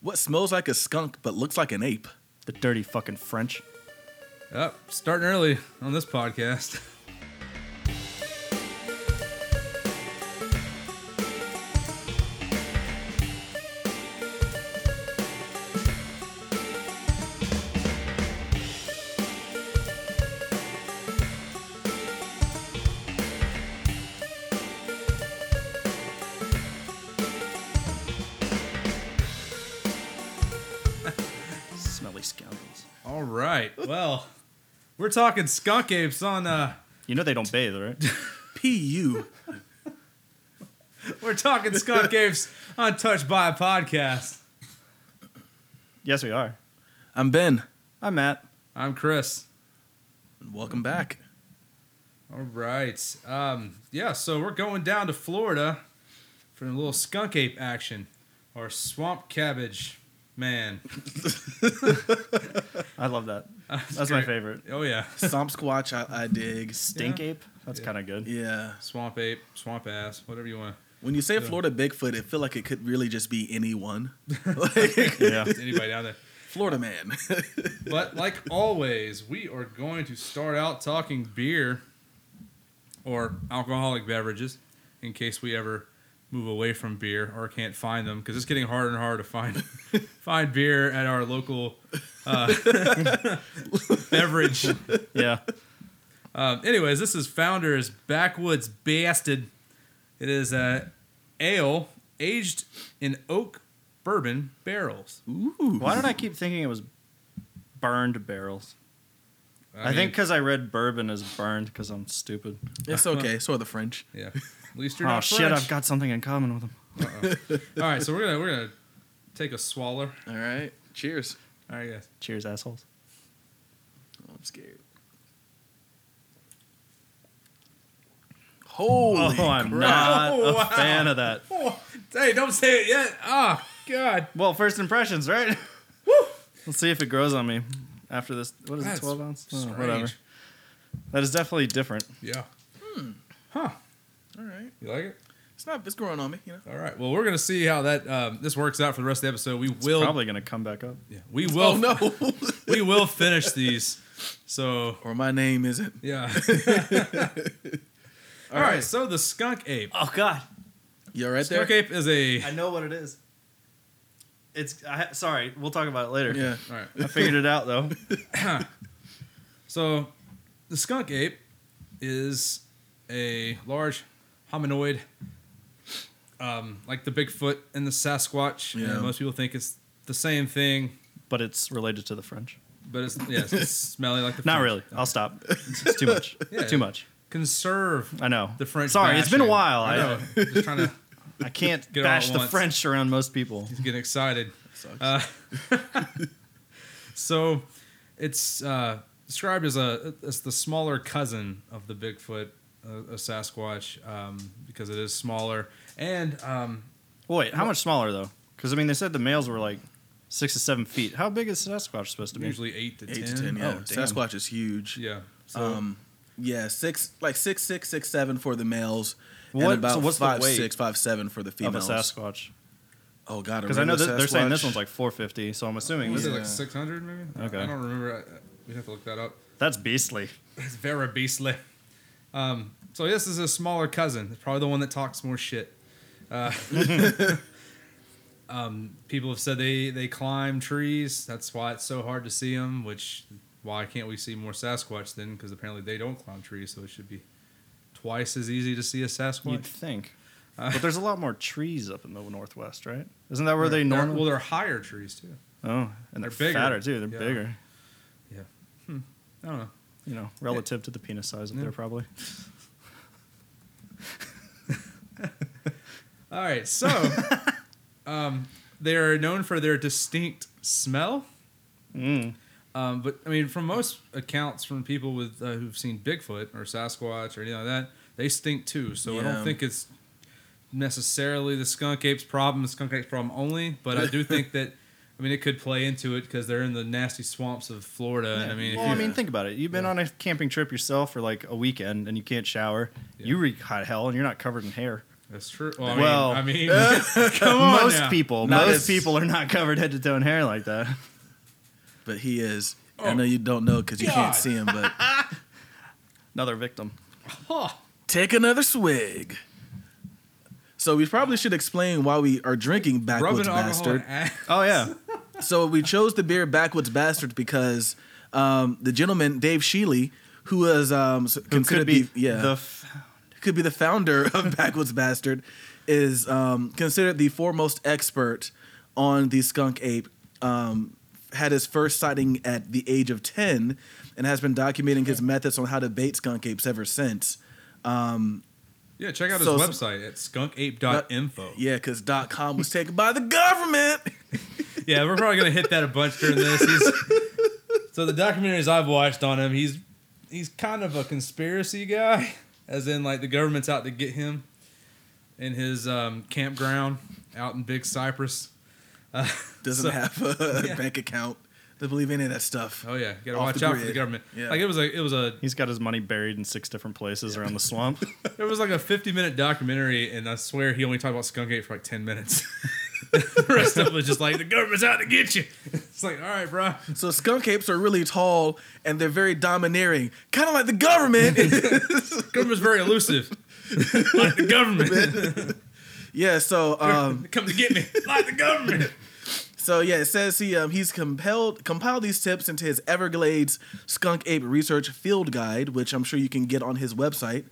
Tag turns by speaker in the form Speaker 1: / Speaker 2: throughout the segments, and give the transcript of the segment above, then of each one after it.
Speaker 1: What smells like a skunk but looks like an ape?
Speaker 2: The dirty fucking French.
Speaker 3: Oh, starting early on this podcast.
Speaker 2: Smelly scoundrels.
Speaker 3: All right. Well, we're talking skunk apes on uh
Speaker 2: You know they don't bathe, right?
Speaker 1: P.U.
Speaker 3: we're talking skunk apes on Touched by a Podcast.
Speaker 2: yes, we are.
Speaker 1: I'm Ben.
Speaker 2: I'm Matt.
Speaker 3: I'm Chris.
Speaker 1: and Welcome back.
Speaker 3: All right. Um yeah, so we're going down to Florida for a little skunk ape action or swamp cabbage man.
Speaker 2: I love that.
Speaker 3: That's,
Speaker 2: That's my
Speaker 3: great.
Speaker 2: favorite.
Speaker 3: Oh yeah.
Speaker 1: Stomp Squatch, I, I dig.
Speaker 2: Stink
Speaker 3: Yeah.
Speaker 2: ape. That's
Speaker 3: Yeah.
Speaker 2: kind of good.
Speaker 1: Yeah.
Speaker 3: Swamp ape, swamp ass, whatever you want.
Speaker 1: When you say
Speaker 3: Yeah.
Speaker 1: Florida Bigfoot, it feel like it could really just be anyone. Like,
Speaker 2: Yeah.
Speaker 3: Anybody down there?
Speaker 1: Florida man.
Speaker 3: But like always, we are going to start out talking beer or alcoholic beverages in case we ever move away from beer or can't find them because it's getting harder and harder to find find beer at our local uh, beverage.
Speaker 2: yeah.
Speaker 3: Um, anyways, this is Founders Backwoods Bastard. It is a ale aged in oak bourbon barrels.
Speaker 1: Ooh.
Speaker 2: Why did I keep thinking it was burned barrels? I, think 'cause think
Speaker 3: mean,
Speaker 2: because I read bourbon as burned because I'm stupid.
Speaker 1: It's okay. So are the French.
Speaker 3: yeah. At least you're
Speaker 2: Oh
Speaker 3: not
Speaker 2: shit!
Speaker 3: French.
Speaker 2: I've got something in common with them.
Speaker 3: All right, so we're gonna we're gonna take a swaller.
Speaker 1: All right. Cheers.
Speaker 3: I guess.
Speaker 2: Cheers, assholes.
Speaker 1: Oh, I'm scared. Holy
Speaker 2: oh, I'm
Speaker 1: crap.
Speaker 2: not
Speaker 3: Oh,
Speaker 2: a
Speaker 3: wow.
Speaker 2: fan of that.
Speaker 3: Oh, hey, don't say it yet. Oh God.
Speaker 2: Well, first impressions, right?
Speaker 3: Woo.
Speaker 2: Let's see if it grows on me after this. What is
Speaker 3: That's
Speaker 2: it? Twelve ounce? Oh,
Speaker 3: strange.
Speaker 2: whatever. That is definitely different.
Speaker 3: Yeah. Huh.
Speaker 1: All right.
Speaker 3: You like it?
Speaker 1: It's not. It's growing on me. You know.
Speaker 3: All right. Well, we're gonna see how that um, this works out for the rest of the episode. We will.
Speaker 2: Probably gonna come back up.
Speaker 3: yeah, we will.
Speaker 1: Oh no.
Speaker 3: we will finish these. So
Speaker 1: or my name isn't.
Speaker 3: yeah.
Speaker 1: All
Speaker 3: All right.
Speaker 1: right.
Speaker 3: So the skunk ape.
Speaker 2: Oh god,
Speaker 1: You're right there.
Speaker 3: Skunk ape is a.
Speaker 2: I know what it is. It's I, sorry. We'll talk about it later.
Speaker 1: Yeah.
Speaker 3: All right.
Speaker 2: I figured it out though.
Speaker 3: So, the skunk ape is a large hominoid, um, like the Bigfoot and the Sasquatch. And
Speaker 1: Yeah.
Speaker 3: most people think it's the same thing,
Speaker 2: But it's related to the French.
Speaker 3: but it's yes, it's smelly like the.
Speaker 2: Not
Speaker 3: French.
Speaker 2: really. I'll stop. It's too much.
Speaker 3: Yeah.
Speaker 2: Too much.
Speaker 3: Conserve
Speaker 2: I know.
Speaker 3: the French.
Speaker 2: Sorry, it's been a
Speaker 3: bashing.
Speaker 2: while.
Speaker 3: I
Speaker 2: I,
Speaker 3: know. Just trying to
Speaker 2: I can't
Speaker 3: Get it all
Speaker 2: bash
Speaker 3: at
Speaker 2: the
Speaker 3: once.
Speaker 2: French around most people.
Speaker 3: get excited.
Speaker 1: Sucks.
Speaker 3: Uh, so, it's uh, described as a as the smaller cousin of the Bigfoot, uh, a Sasquatch, um, because it is smaller and. Um,
Speaker 2: Wait, how much smaller though? Because I mean, they said the males were like six to seven feet. How big is Sasquatch supposed to be?
Speaker 3: usually eight to
Speaker 1: Eight
Speaker 3: ten.
Speaker 1: to ten. Yeah.
Speaker 2: Oh, damn.
Speaker 1: Sasquatch is huge.
Speaker 3: yeah. So
Speaker 1: Um. Yeah. Six. Like six, six, six, seven for the males.
Speaker 2: What-
Speaker 1: And about
Speaker 2: so what's the
Speaker 1: five,
Speaker 2: weight
Speaker 1: six, five, seven for the
Speaker 2: Of a
Speaker 1: females.
Speaker 2: Sasquatch,
Speaker 1: Oh God.
Speaker 2: because I know
Speaker 1: that
Speaker 2: that they're saying this one's like 450, so I'm assuming
Speaker 3: was
Speaker 2: this
Speaker 3: it
Speaker 2: is
Speaker 1: Yeah.
Speaker 3: like six hundred maybe? I-
Speaker 2: Okay.
Speaker 3: I don't remember. I- I- We'd have to look that up.
Speaker 2: that's beastly.
Speaker 3: It's very beastly. Um, so this is a smaller cousin. It's probably the one that talks more shit. Uh, um, people have said they they climb trees. That's why it's so hard to see them. Which why can't we see more Sasquatch then? Because apparently they don't climb trees, so it should be twice as easy to see a Sasquatch.
Speaker 2: You'd think,
Speaker 3: Uh,
Speaker 2: but there's a lot more trees up in the northwest, right? Isn't that where they
Speaker 3: They're-
Speaker 2: normally?
Speaker 3: Well, they're higher trees too.
Speaker 2: oh, and they're,
Speaker 3: they're bigger.
Speaker 2: fatter too. They're
Speaker 3: Yeah.
Speaker 2: bigger,
Speaker 3: I don't know.
Speaker 2: you know, relative to the penis size up
Speaker 3: Yeah.
Speaker 2: there, probably.
Speaker 3: All right, so um, they are known for their distinct smell.
Speaker 2: Mm.
Speaker 3: Um, but I mean, from most accounts from people with uh, who've seen Bigfoot or Sasquatch or anything like that, they stink too. So I
Speaker 1: Yeah.
Speaker 3: don't think it's necessarily the skunk ape's problem, the skunk ape's problem only. But I do think that I mean it could play into it because they're in the nasty swamps of Florida. And I mean,
Speaker 2: well,
Speaker 3: if
Speaker 2: I
Speaker 3: you,
Speaker 2: mean, think about it. You've been on a camping trip yourself for like a weekend, and you can't shower. You reek hot hell, and you're not covered in hair.
Speaker 3: That's true. Well, I mean,
Speaker 2: Well-
Speaker 3: I mean
Speaker 2: Come
Speaker 3: on
Speaker 2: most
Speaker 3: now.
Speaker 2: people,
Speaker 1: Not
Speaker 2: most
Speaker 1: as-
Speaker 2: people are not covered head to toe in hair like that.
Speaker 1: But he is.
Speaker 3: Oh.
Speaker 1: I know you don't know because you
Speaker 3: God.
Speaker 1: can't see him, but
Speaker 2: Another victim.
Speaker 3: huh.
Speaker 1: take another swig. So we probably should explain why we are drinking
Speaker 3: rubbing
Speaker 1: backwards
Speaker 3: alcohol
Speaker 1: bastard.
Speaker 3: in ass.
Speaker 2: Oh yeah,
Speaker 1: So we chose the beer Backwoods Bastards because um, the gentleman Dave Sheely, who was um, s-
Speaker 2: who could
Speaker 1: considered
Speaker 2: be
Speaker 1: the, yeah
Speaker 2: the f-
Speaker 1: could be the founder of Backwoods Bastard, is um, considered the foremost expert on the skunk ape. Um, had his first sighting at the age of ten, and has been documenting his methods on how to bait skunk apes ever since.
Speaker 3: Yeah, check out his
Speaker 1: So-
Speaker 3: website at skunkape.info.
Speaker 1: Yeah, because .com was taken by the government.
Speaker 3: Yeah, we're probably gonna hit that a bunch during this. He's, so the documentaries I've watched on him, he's he's kind of a conspiracy guy, as in like the government's out to get him in his um, campground out in Big Cypress.
Speaker 1: Doesn't
Speaker 3: So-
Speaker 1: have a
Speaker 3: Yeah.
Speaker 1: bank account to believe any of that stuff.
Speaker 3: Oh yeah, you gotta
Speaker 1: Off
Speaker 3: watch
Speaker 1: the
Speaker 3: out for
Speaker 1: grid.
Speaker 3: the government.
Speaker 1: Yeah.
Speaker 3: Like it was a it was a
Speaker 2: he's got his money buried in six different places around the swamp.
Speaker 3: it was like a fifty minute documentary, and I swear he only talked about Skunk Ape for like ten minutes. the rest of it was just like the government's out to get you. It's like all right, bro.
Speaker 1: So skunk apes are really tall and they're very domineering, kind of like the government.
Speaker 3: Government's very elusive, like the government.
Speaker 1: yeah. So um,
Speaker 3: Come to get me, like the government.
Speaker 1: So yeah, it says he um, he's compelled compiled these tips into his Everglades Skunk Ape Research Field Guide, which I'm sure you can get on his website,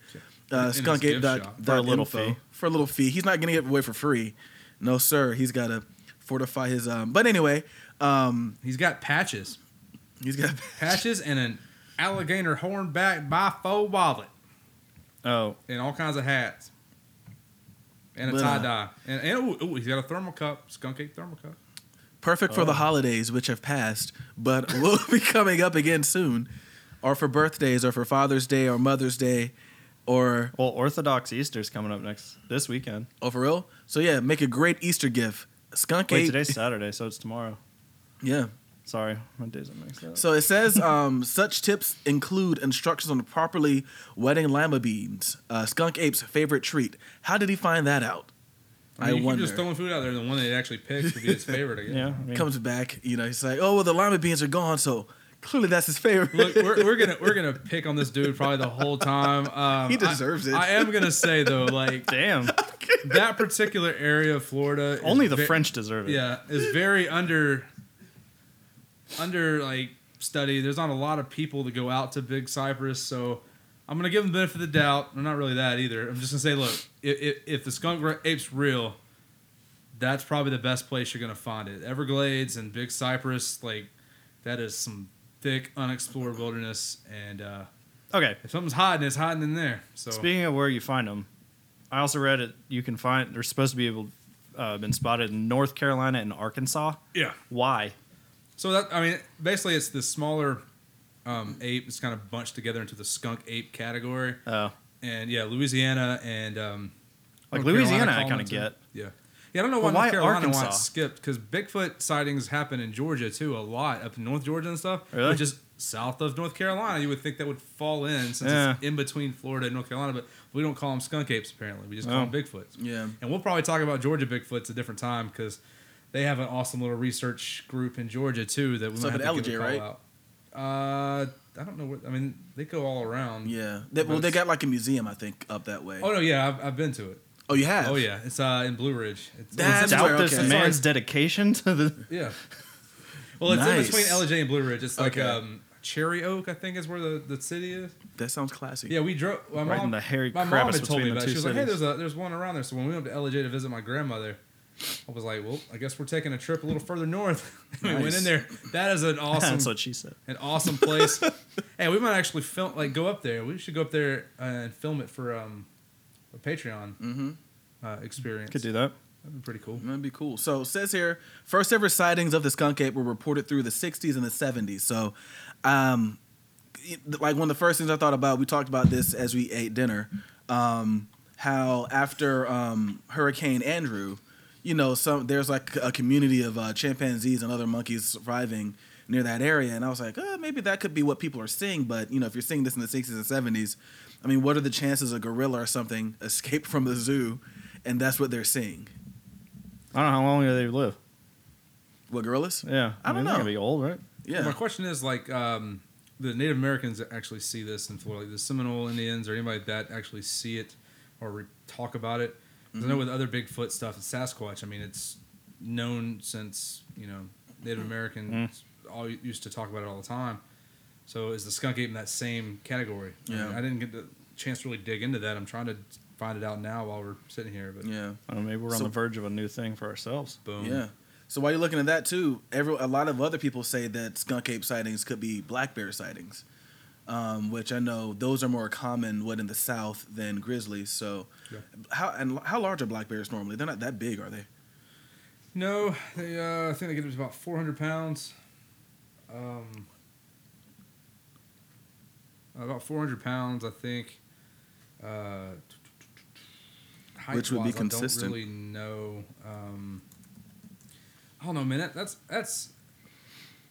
Speaker 1: uh,
Speaker 3: his
Speaker 1: skunkape
Speaker 3: gift
Speaker 1: dot-
Speaker 3: shop.
Speaker 1: dot
Speaker 2: For a little
Speaker 1: info.
Speaker 2: fee.
Speaker 1: For a little fee, he's not getting it away for free. No sir, he's got to fortify his. Um, but anyway, um,
Speaker 3: He's got patches,
Speaker 1: he's got
Speaker 3: patches, and an alligator hornback bifold wallet,
Speaker 2: Oh,
Speaker 3: and all kinds of hats, and a
Speaker 1: But, uh,
Speaker 3: tie dye, and, and ooh, ooh, he's got a thermal cup, skunk ape thermal cup.
Speaker 1: perfect
Speaker 2: Oh.
Speaker 1: for the holidays, which have passed, but will be coming up again soon, or for birthdays, or for Father's Day, or Mother's Day, or
Speaker 2: well, Orthodox Easter's coming up next this weekend.
Speaker 1: oh for real. So yeah, make a great Easter gift. Skunk
Speaker 2: Wait,
Speaker 1: Ape.
Speaker 2: today's Saturday, so it's tomorrow.
Speaker 1: yeah.
Speaker 2: Sorry, my days are mixed up.
Speaker 1: So it says um, such tips include instructions on properly wetting lima beans, uh, skunk ape's favorite treat. How did he find that out?
Speaker 3: I, mean,
Speaker 1: I
Speaker 3: you
Speaker 1: wonder.
Speaker 3: Keep just throwing food out there, and the one that he actually picks would be his favorite. I guess.
Speaker 2: yeah, I mean,
Speaker 1: Comes back, you know, he's like, oh well, the lima beans are gone, so clearly that's his favorite.
Speaker 3: Look, we're, we're gonna we're gonna pick on this dude probably the whole time. Um,
Speaker 1: He deserves
Speaker 3: I,
Speaker 1: it.
Speaker 3: I am gonna say though, like
Speaker 2: damn,
Speaker 3: that particular area of Florida, is
Speaker 2: only the
Speaker 3: ve-
Speaker 2: French deserve it.
Speaker 3: yeah, is very under under like study. There's not a lot of people that go out to Big Cypress, so I'm gonna give them the benefit of the doubt. I'm not really that either. I'm just gonna say, look, if, if the skunk ra- ape's real, that's probably the best place you're gonna find it. Everglades and Big Cypress, like that is some thick unexplored wilderness, and uh,
Speaker 2: Okay,
Speaker 3: if something's hiding, it's hiding in there. So
Speaker 2: Speaking of where you find them, I also read it. You can find they're supposed to be able, uh, been spotted in North Carolina and Arkansas.
Speaker 3: yeah.
Speaker 2: Why?
Speaker 3: So that I mean, basically, it's the smaller um, ape. It's kind of bunched together into the skunk ape category,
Speaker 2: Uh,
Speaker 3: and yeah, Louisiana and um,
Speaker 2: like
Speaker 3: North
Speaker 2: Louisiana,
Speaker 3: Carolina
Speaker 2: I kind of
Speaker 3: call them
Speaker 2: get.
Speaker 3: too. Yeah, yeah. I don't know why,
Speaker 2: But why
Speaker 3: North Carolina why
Speaker 2: Arkansas?
Speaker 3: it's skipped because Bigfoot sightings happen in Georgia too a lot up in North Georgia and stuff,
Speaker 2: Really?
Speaker 3: which is south of North Carolina. You would think that would fall in since
Speaker 2: Yeah.
Speaker 3: it's in between Florida and North Carolina, but we don't call them skunk apes apparently. We just
Speaker 2: Oh.
Speaker 3: call them Bigfoots.
Speaker 1: yeah,
Speaker 3: And we'll probably talk about Georgia Bigfoots a different time because they have an awesome little research group in Georgia too that we
Speaker 1: So
Speaker 3: might have
Speaker 1: could
Speaker 3: to give
Speaker 1: LJ,
Speaker 3: a call
Speaker 1: right?
Speaker 3: out. Uh, I don't know. What, I mean, they go all around.
Speaker 1: yeah. They, well, they got like a museum, I think, up that way.
Speaker 3: Oh no, yeah, I've, I've been to it.
Speaker 1: Oh, you have?
Speaker 3: Oh yeah, it's uh in Blue Ridge. It's,
Speaker 1: That's
Speaker 3: it's
Speaker 1: where-
Speaker 2: Doubt this
Speaker 1: okay.
Speaker 2: man's dedication to the.
Speaker 3: yeah. Well, it's in
Speaker 1: Nice.
Speaker 3: between LJ and Blue Ridge. It's like
Speaker 1: Okay.
Speaker 3: um, Cherry Oak, I think, is where the, the city is.
Speaker 1: That sounds classy.
Speaker 3: Yeah, we drove. My
Speaker 2: Right in
Speaker 3: mom,
Speaker 2: the hairy
Speaker 3: my mom
Speaker 2: crevice
Speaker 3: had told me
Speaker 2: between the
Speaker 3: about it.
Speaker 2: two
Speaker 3: She was like, "Hey,
Speaker 2: cities."
Speaker 3: there's a there's one around there." So when we went up to LJ to visit my grandmother, I was like, "Well, I guess we're taking a trip a little further north." we went
Speaker 1: Nice.
Speaker 3: in there. That is an awesome,
Speaker 2: That's what she said.
Speaker 3: an awesome place. hey, we might actually film like go up there. We should go up there uh, and film it for um, a Patreon uh, experience.
Speaker 2: Mm-hmm. Could do that.
Speaker 3: That'd be pretty cool.
Speaker 1: That'd be cool. So it says here, first ever sightings of the skunk ape were reported through the 60s and the 70s. So, um, it- like one of the first things I thought about, we talked about this as we ate dinner, um, how after um, Hurricane Andrew, you know, some there's like a community of uh, chimpanzees and other monkeys surviving near that area, and I was like, oh, maybe that could be what people are seeing. But you know, if you're seeing this in the 60s and 70s, I mean, what are the chances a gorilla or something escaped from the zoo and that's what they're seeing.
Speaker 2: I don't know how long do they live.
Speaker 1: What gorillas?
Speaker 2: Yeah,
Speaker 1: I don't
Speaker 2: mean, they're
Speaker 1: know.
Speaker 2: gonna Be old, right?
Speaker 1: Yeah,
Speaker 3: My question is like um, the Native Americans that actually see this in Florida, like the Seminole Indians or anybody like that actually see it or re- talk about it. 'Cause
Speaker 1: Mm-hmm.
Speaker 3: I know with other Bigfoot stuff, and Sasquatch. I mean, it's known since you know Native
Speaker 1: Mm-hmm.
Speaker 3: Americans all used to talk about it all the time. So is the skunk ape in that same category? I mean,
Speaker 1: Yeah.
Speaker 3: I, didn't get the chance to really dig into that. I'm trying to find it out now while we're sitting here. But
Speaker 1: yeah.
Speaker 2: I don't know, maybe we're on
Speaker 1: So-
Speaker 2: the verge of a new thing for ourselves.
Speaker 3: boom.
Speaker 1: Yeah. So while you're looking at that too, every a lot of other people say that skunk ape sightings could be black bear sightings, um, which I know those are more common what in the South than grizzlies. So
Speaker 3: Yeah.
Speaker 1: how and how large are black bears normally? They're not that big, are they?
Speaker 3: No, they. Uh, I think they get up to about 400 pounds. Um, about 400 pounds, I think. Uh,
Speaker 1: Which would be
Speaker 3: height-wise, I
Speaker 1: consistent.
Speaker 3: don't really know. Um, I don't know, man. That, that's that's.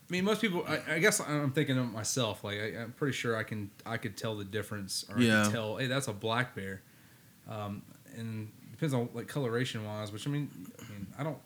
Speaker 3: I mean, most people. I, I guess I'm thinking of myself. Like, I, I'm pretty sure I can. I could tell the difference, or I
Speaker 1: Yeah.
Speaker 3: could tell. Hey, that's a black bear. Um, and depends on like coloration wise, which I mean, I mean, I don't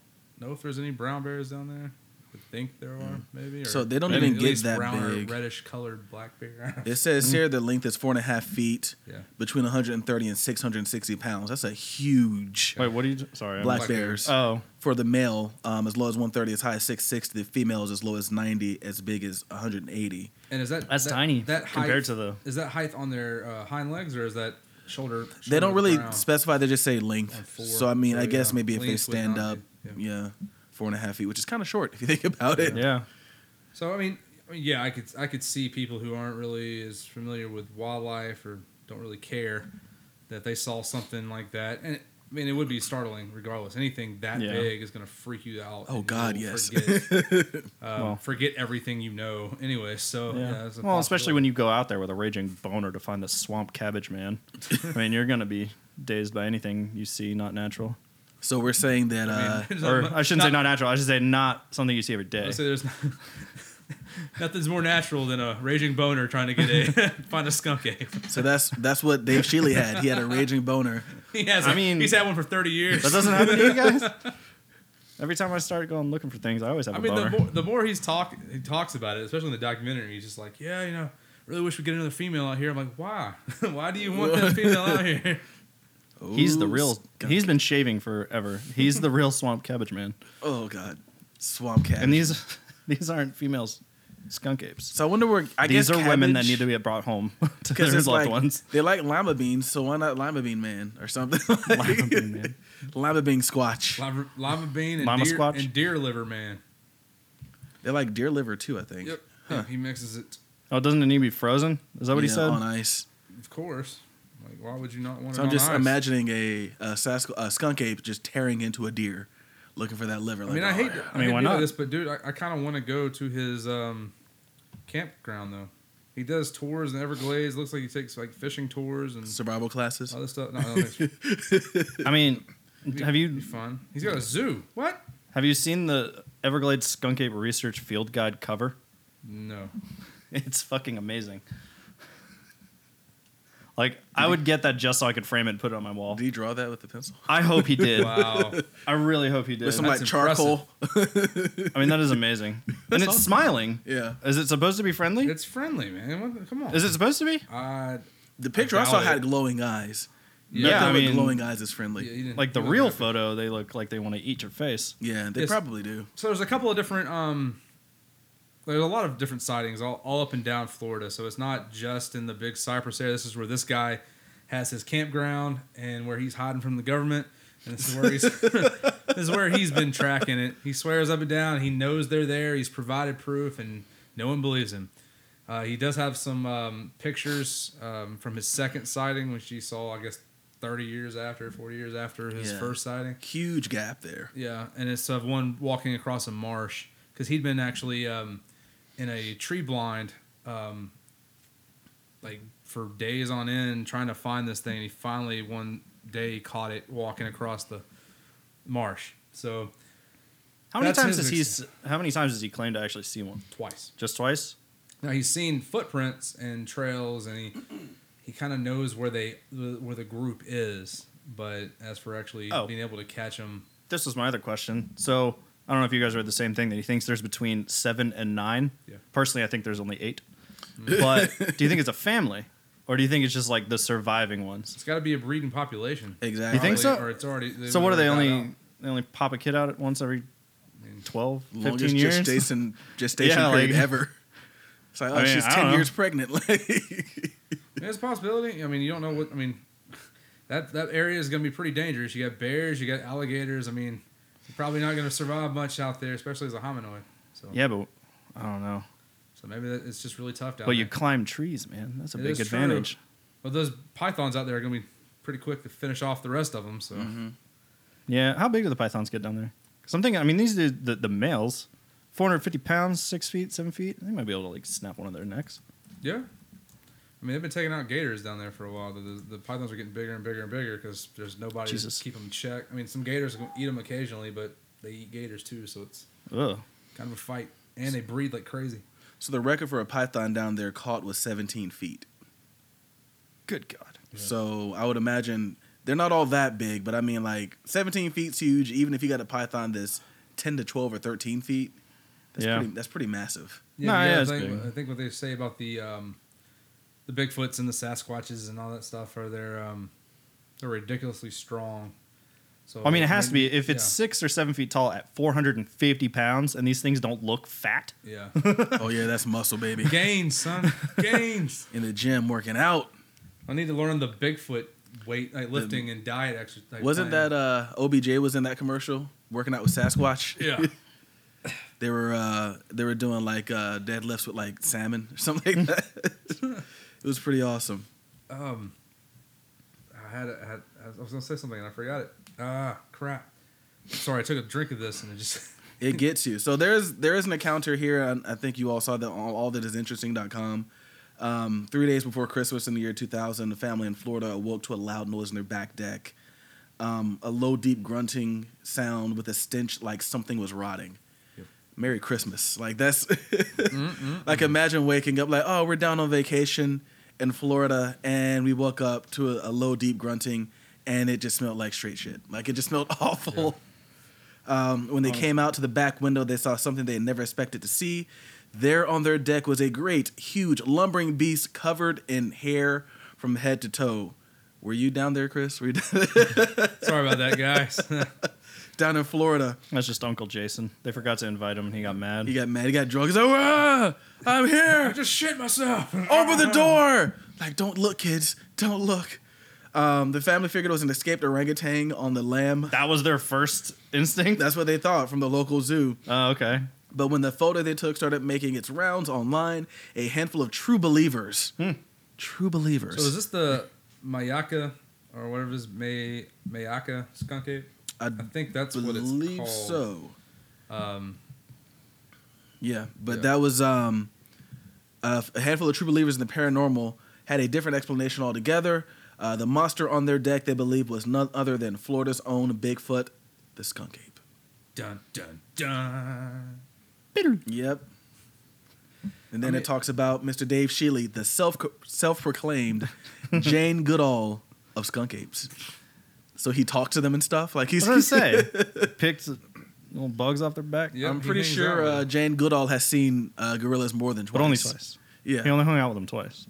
Speaker 3: know if there's any brown bears down there. I would think there are,
Speaker 2: Mm.
Speaker 3: maybe. Or
Speaker 1: So they don't
Speaker 3: maybe
Speaker 1: even
Speaker 3: at
Speaker 1: get
Speaker 3: least
Speaker 1: that
Speaker 3: brown or
Speaker 1: big.
Speaker 3: reddish colored black bear.
Speaker 1: It says here the length is four and a half feet,
Speaker 3: Yeah.
Speaker 1: between 130 and 660 pounds. That's a huge
Speaker 2: Wait, what do you? j- Sorry, I
Speaker 1: black,
Speaker 2: missed-
Speaker 3: Black Uh, bear.
Speaker 1: bears
Speaker 2: Oh,
Speaker 1: for the male um, as low as 130, as high as 660. The female is as low as 90, as big as 180.
Speaker 3: and is that
Speaker 2: that's
Speaker 3: that,
Speaker 2: tiny
Speaker 3: That height,
Speaker 2: compared to the.
Speaker 3: is that height on their uh, hind legs or is that shoulder?
Speaker 1: They
Speaker 3: shoulder
Speaker 1: don't
Speaker 3: to
Speaker 1: really
Speaker 3: ground?
Speaker 1: specify. They just say
Speaker 3: On
Speaker 1: length.
Speaker 3: four.
Speaker 1: So I mean,
Speaker 3: Oh,
Speaker 1: I guess
Speaker 3: yeah.
Speaker 1: maybe if they
Speaker 3: Length would
Speaker 1: stand
Speaker 3: not
Speaker 1: up,
Speaker 3: be-
Speaker 1: yeah. four and a half feet, which is kind of short if you think about it.
Speaker 2: Yeah,
Speaker 3: So I mean, I mean, yeah, I could I could see people who aren't really as familiar with wildlife or don't really care that they saw something like that, and it, I mean, it would be startling regardless. Anything that
Speaker 2: Yeah.
Speaker 3: big is going to freak you out.
Speaker 1: Oh
Speaker 3: and you
Speaker 1: God,
Speaker 3: will
Speaker 1: yes.
Speaker 3: Forget, um,
Speaker 2: Well.
Speaker 3: forget everything you know. Anyway, so yeah.
Speaker 2: yeah.
Speaker 3: that's a
Speaker 2: well, especially
Speaker 3: possibility.
Speaker 2: when you go out there with a raging boner to find a swamp cabbage man. I mean, you're gonna be dazed by anything you see not natural,
Speaker 1: so we're saying that.
Speaker 3: I mean,
Speaker 1: Uh,
Speaker 3: there's
Speaker 2: or
Speaker 3: not mu-
Speaker 2: I shouldn't say not natural. I should say not something you see every day.
Speaker 3: I'll say there's not, nothing's more natural than a raging boner trying to get a find a skunk ape.
Speaker 1: so that's that's what Dave Sheely had. He had a raging boner.
Speaker 3: He has.
Speaker 2: I
Speaker 3: I
Speaker 2: mean-
Speaker 3: mean, he's had one for thirty years.
Speaker 2: That doesn't happen to you guys. Every time I start going looking for things, I always have a
Speaker 3: I mean,
Speaker 2: boner.
Speaker 3: the more, the more he's talk he talks about it, especially in the documentary, he's just like, yeah, you know, really wish we get another female out here. I'm like, why? why do you want that female out here?
Speaker 2: He's the
Speaker 1: Ooh,
Speaker 2: real.
Speaker 1: skunk.
Speaker 2: He's been shaving forever. He's the real swamp cabbage man.
Speaker 1: Oh God, swamp cat.
Speaker 2: And these these aren't females skunk apes.
Speaker 1: So I wonder where. I
Speaker 2: these
Speaker 1: guess
Speaker 2: are women that
Speaker 1: cabbage-
Speaker 2: need to be brought home to their
Speaker 1: Because
Speaker 2: loved
Speaker 1: it's like
Speaker 2: ones.
Speaker 1: they like lima beans, so why not lima bean man or something?
Speaker 2: Lima bean man.
Speaker 1: Lima bean squatch.
Speaker 3: Lima, lima bean and,
Speaker 2: Lima
Speaker 3: deer,
Speaker 2: squatch?
Speaker 3: and deer liver man.
Speaker 1: They like deer liver too, I think.
Speaker 3: Yep,
Speaker 1: Huh.
Speaker 3: he mixes it,
Speaker 2: Oh, doesn't it need to be frozen? Is that what he
Speaker 1: Yeah,
Speaker 2: said?
Speaker 1: on ice.
Speaker 3: of course. Like, why would you not want
Speaker 1: So
Speaker 3: it
Speaker 1: I'm
Speaker 3: on
Speaker 1: just
Speaker 3: ice?
Speaker 1: imagining a, a, Sask- a skunk ape just tearing into a deer, looking for that liver. "Oh,
Speaker 3: I mean, I hate. I,
Speaker 2: mean,
Speaker 3: mean,
Speaker 2: why
Speaker 3: why
Speaker 2: not?
Speaker 3: This, but dude, I, I kind of want to go to his um, campground though. He does tours in the Everglades. Looks like he takes like fishing tours and
Speaker 1: survival classes.
Speaker 3: other stuff. No, I don't think
Speaker 2: I mean,
Speaker 3: so.
Speaker 2: have
Speaker 3: It'd
Speaker 2: you
Speaker 3: be fun? He's got a zoo. What?
Speaker 2: have you seen the Everglades skunk ape research field guide cover?
Speaker 3: No.
Speaker 2: It's fucking amazing. Like I would get that just so I could frame it and put it on my wall.
Speaker 1: Did he draw that with a pencil?
Speaker 2: I hope he did.
Speaker 3: Wow.
Speaker 2: I really hope he did.
Speaker 1: With some
Speaker 3: that's
Speaker 1: like charcoal.
Speaker 2: I mean, that is amazing. and
Speaker 1: That's
Speaker 2: it's
Speaker 1: awesome.
Speaker 2: smiling.
Speaker 1: yeah.
Speaker 2: Is it supposed to be friendly?
Speaker 3: it's friendly, man. What the- Come on.
Speaker 2: is it supposed to be?
Speaker 3: Uh,
Speaker 1: The picture I saw
Speaker 3: doubt
Speaker 1: had
Speaker 3: it.
Speaker 1: glowing eyes.
Speaker 2: Yeah,
Speaker 1: Nothing
Speaker 2: I
Speaker 1: with
Speaker 2: mean-
Speaker 1: glowing eyes is friendly.
Speaker 3: yeah,
Speaker 1: Yeah,
Speaker 3: you didn't-
Speaker 2: Like the
Speaker 3: you don't
Speaker 2: real
Speaker 3: have to-
Speaker 2: photo, they look like they want to eat your face.
Speaker 1: they
Speaker 3: Yes.
Speaker 1: probably do.
Speaker 3: So there's a couple of different. um There's a lot of different sightings all, all up and down Florida. So it's not just in the Big Cypress area. This is where this guy has his campground and where he's hiding from the government. And this is where he's this is where he's been tracking it. He swears up and down. He knows they're there. He's provided proof, and no one believes him. Uh, he does have some um, pictures um, from his second sighting, which he saw, I guess, 30 years after, 40 years after his
Speaker 1: Yeah.
Speaker 3: first sighting.
Speaker 1: Huge gap there.
Speaker 3: Yeah, and it's of one walking across a marsh because he'd been actually um, in a tree blind, um, like for days on end, trying to find this thing. And he finally one day caught it walking across the marsh. So
Speaker 2: How many
Speaker 3: That's
Speaker 2: times
Speaker 3: his
Speaker 2: has he?
Speaker 3: ex-
Speaker 2: s- How many times has he claimed to actually see one?
Speaker 3: twice.
Speaker 2: Just twice.
Speaker 3: Now he's seen footprints and trails, and he he kind of knows where they where the group is. But as for actually
Speaker 2: Oh.
Speaker 3: being able to catch them,
Speaker 2: This was my other question. So I don't know if you guys read the same thing that he thinks there's between seven and nine.
Speaker 3: Yeah.
Speaker 2: Personally, I think there's only eight. But do you think it's a family, or do you think it's just like the surviving ones?
Speaker 3: it's got to be a breeding population.
Speaker 1: Exactly.
Speaker 2: You think so?
Speaker 3: Or it's already.
Speaker 2: so what are they
Speaker 3: got
Speaker 2: only?
Speaker 3: out.
Speaker 2: They only pop a kid out at once every 12, 15
Speaker 1: Longest
Speaker 2: years.
Speaker 1: gestation gestation
Speaker 2: Yeah,
Speaker 1: period
Speaker 2: like-
Speaker 1: ever. It's like, oh,
Speaker 2: I mean,
Speaker 1: she's
Speaker 2: I don't
Speaker 1: ten
Speaker 2: know.
Speaker 1: years pregnant. Like,
Speaker 3: There's a possibility. I mean, you don't know what. I mean, that that area is going to be pretty dangerous. You got bears, you got alligators. I mean, you're probably not going to survive much out there, especially as a hominoid. So
Speaker 2: Yeah, but I don't know.
Speaker 3: So maybe that, it's just really tough down
Speaker 2: but
Speaker 3: there.
Speaker 2: you climb trees, man. That's a
Speaker 3: It
Speaker 2: big
Speaker 3: is true.
Speaker 2: advantage.
Speaker 3: But those pythons out there are going to be pretty quick to finish off the rest of them. So
Speaker 2: Mm-hmm. Yeah. How big do the pythons get down there? Because I'm thinking, I mean, these are the, the males, 450 pounds, six feet, seven feet. They might be able to like snap one of their necks.
Speaker 3: yeah, I mean they've been taking out gators down there for a while. The, the, the pythons are getting bigger and bigger and bigger because there's nobody
Speaker 2: Jesus.
Speaker 3: to keep them in check. I mean some gators will eat them occasionally, but they eat gators too, so it's
Speaker 2: Ugh.
Speaker 3: kind of a fight. And they breed like crazy.
Speaker 1: so the record for a python down there caught was 17 feet.
Speaker 2: Good God.
Speaker 1: So I would imagine they're not all that big, but I mean, like 17 feet's huge. Even if you got a python that's 10 to 12 or 13 feet, that's
Speaker 2: Yeah.
Speaker 1: pretty that's pretty massive.
Speaker 2: Nah,
Speaker 3: but
Speaker 2: yeah,
Speaker 3: I,
Speaker 2: it's
Speaker 3: think,
Speaker 2: big.
Speaker 3: I think what they say about the um, the Bigfoots and the Sasquatches and all that stuff are they're um, they're ridiculously strong. So
Speaker 2: I mean, it has to be. If it's
Speaker 3: yeah.
Speaker 2: six or seven feet tall at 450 pounds and these things don't look fat,
Speaker 3: Yeah.
Speaker 1: oh yeah, that's muscle, baby.
Speaker 3: Gains, son. Gains.
Speaker 1: In the gym working out.
Speaker 3: I need to learn the Bigfoot weight, like lifting and diet exercise.
Speaker 1: Wasn't that uh OBJ was in that commercial working out with Sasquatch?
Speaker 3: yeah.
Speaker 1: They were uh they were doing like uh deadlifts with like salmon or something like that. it was pretty awesome.
Speaker 3: Um, I had, a- I had I was gonna say something and I forgot it. Ah, crap. Sorry, I took a drink of this and it just.
Speaker 1: It gets you. So there's there is an encounter here. and I think you all saw that on all that is interesting.com. Um, three days before Christmas in the year 2000, a family in Florida awoke to a loud noise in their back deck. Um, a low, deep grunting sound with a stench like something was rotting.
Speaker 3: Yep.
Speaker 1: Merry Christmas. Like that's like imagine waking up like, oh, we're down on vacation in Florida and we woke up to a, a low, deep grunting and it just smelled like straight shit. Like it just smelled awful. Um, when they came out to the back window, they saw something they had never expected to see. There on their deck was a great, huge, lumbering beast covered in hair from head to toe. Were you down there, Chris? Were you down,
Speaker 3: Sorry about that, guys.
Speaker 1: down in Florida?
Speaker 2: that's just Uncle Jason. They forgot to invite him and he got mad.
Speaker 1: He got mad. He got drunk. He's like, "Ah, I'm
Speaker 3: I
Speaker 1: here.
Speaker 3: just shit myself.
Speaker 1: Open the door. Like, don't look, kids. Don't look. Um, the family figured it was an escaped orangutan on the lamb.
Speaker 2: that was their first instinct?
Speaker 1: That's what they thought from the local zoo.
Speaker 2: Oh, okay.
Speaker 1: But when the photo they took started making its rounds online, a handful of true believers, true believers,
Speaker 3: Hmm. So is this the Mayaka or whatever it is May Mayaka skunk ape?
Speaker 1: I
Speaker 3: I think that's what it's called.
Speaker 1: believe so.
Speaker 3: Um,
Speaker 1: Yeah, but
Speaker 3: Yeah.
Speaker 1: that was um, a a handful of true believers in the paranormal had a different explanation altogether. Uh, the monster on their deck, they believed, was none other than Florida's own Bigfoot, the skunk ape.
Speaker 3: dun dun dun.
Speaker 1: Yep. And then
Speaker 3: I mean-
Speaker 1: it talks about Mr. Dave Shealy, the self self proclaimed Jane Goodall of skunk apes. So he talked to them and stuff. Like he's
Speaker 2: What did I say? Picked little bugs off their back?
Speaker 3: Yeah.
Speaker 1: I'm
Speaker 3: he
Speaker 1: pretty
Speaker 3: hangs
Speaker 1: sure
Speaker 3: out with
Speaker 1: uh,
Speaker 3: them.
Speaker 1: Jane Goodall has seen uh, gorillas more than twice.
Speaker 2: But only twice.
Speaker 1: Yeah.
Speaker 2: He only hung out with them twice.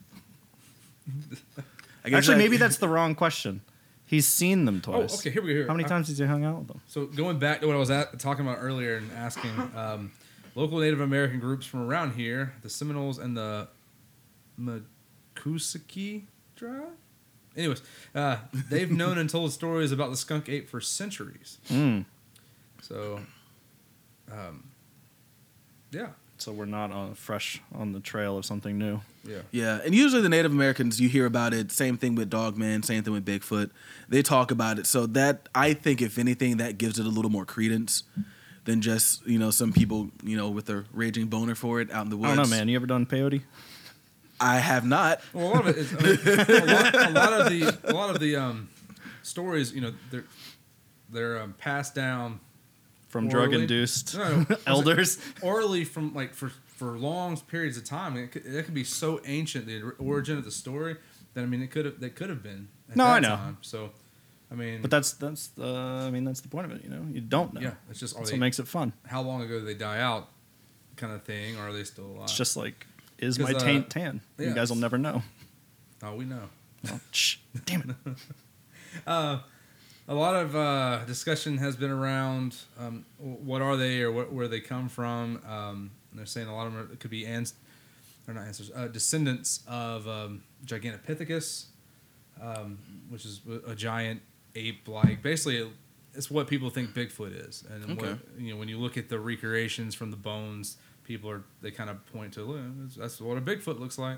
Speaker 1: I guess
Speaker 2: Actually,
Speaker 1: that-
Speaker 2: maybe that's the wrong question. He's seen them
Speaker 3: Oh,
Speaker 2: twice.
Speaker 3: okay. Here we go. Here.
Speaker 2: How many
Speaker 3: I-
Speaker 2: times has he hung out with them?
Speaker 3: So going back to what I was at, talking about earlier and asking, um, local Native American groups from around here, the Seminoles and the Makusaki tribe. Anyways, uh, they've known and told stories about the skunk ape for centuries.
Speaker 1: Hmm.
Speaker 2: Mm.
Speaker 3: So, um, yeah,
Speaker 2: So we're not on, fresh on the trail of something new.
Speaker 3: yeah.
Speaker 1: Yeah, and usually the Native Americans, you hear about it. Same thing with Dogman, same thing with Bigfoot. They talk about it, so that I think, if anything, that gives it a little more credence than just you know some people you know with a raging boner for it out in the woods.
Speaker 2: I don't know, man. You ever done peyote?
Speaker 1: I have not.
Speaker 3: Well, a lot of it is. I mean, a, lot, a lot of the a lot of the um, stories, you know, they're they're um, passed down
Speaker 2: From
Speaker 3: Orally?
Speaker 2: drug induced
Speaker 3: No, no.
Speaker 2: elders?
Speaker 3: orally from like for for long periods of time. It could, it could be so ancient the or- origin of the story that I mean it could have that could have been. At
Speaker 2: No,
Speaker 3: that
Speaker 2: I know.
Speaker 3: Time. So I mean,
Speaker 2: But that's that's the I mean that's the point of it. You know, you don't know.
Speaker 3: yeah, it's just are
Speaker 2: that's
Speaker 3: they,
Speaker 2: what makes it fun.
Speaker 3: how long ago did they die out, kind of thing, or are they still alive?
Speaker 2: It's just like is
Speaker 3: 'Cause,
Speaker 2: my
Speaker 3: uh,
Speaker 2: taint tan?
Speaker 3: yeah,
Speaker 2: you guys will
Speaker 3: it's-
Speaker 2: never know.
Speaker 3: oh, we know.
Speaker 2: Well, shh, damn it.
Speaker 3: A lot of uh, discussion has been around um, wh- what are they or what, where they come from. Um, and they're saying a lot of them are, could be ans- or not answers, uh, descendants of um, Gigantopithecus, um, which is a giant ape like. Basically, it's what people think Bigfoot is. And what-
Speaker 1: Okay.
Speaker 3: you know, when you look at the recreations from the bones, people are they kind of point to "Look, that's- that's what a Bigfoot looks like.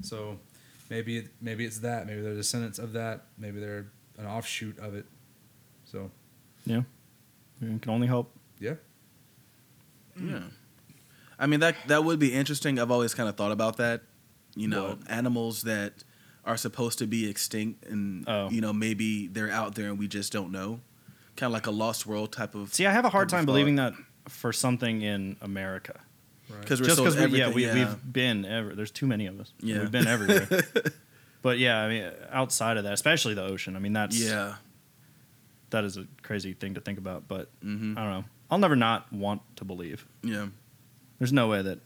Speaker 3: So maybe it, maybe it's that. Maybe they're descendants of that. Maybe they're an offshoot of it. So
Speaker 2: Yeah, you can only hope.
Speaker 3: yeah,
Speaker 1: Yeah. I mean that that would be interesting. I've always kind of thought about that. You know,
Speaker 3: What?
Speaker 1: animals that are supposed to be extinct and
Speaker 2: Oh.
Speaker 1: you know, maybe they're out there and we just don't know. Kind of like a lost world type of
Speaker 2: See, I have a hard
Speaker 1: type
Speaker 2: time
Speaker 1: of
Speaker 2: believing
Speaker 1: thought.
Speaker 2: that for something in America.
Speaker 3: right.
Speaker 1: Cuz we're
Speaker 2: Just
Speaker 1: so
Speaker 2: because we, yeah, we,
Speaker 1: yeah.
Speaker 2: we've been ever. There's too many of us.
Speaker 1: Yeah.
Speaker 2: we've been everywhere. but yeah, I mean, outside of that, especially the ocean. I mean, that's
Speaker 1: yeah.
Speaker 2: that is a crazy thing to think about. But
Speaker 1: Mhm.
Speaker 2: I don't know. I'll never not want to believe.
Speaker 1: Yeah.
Speaker 2: There's no way that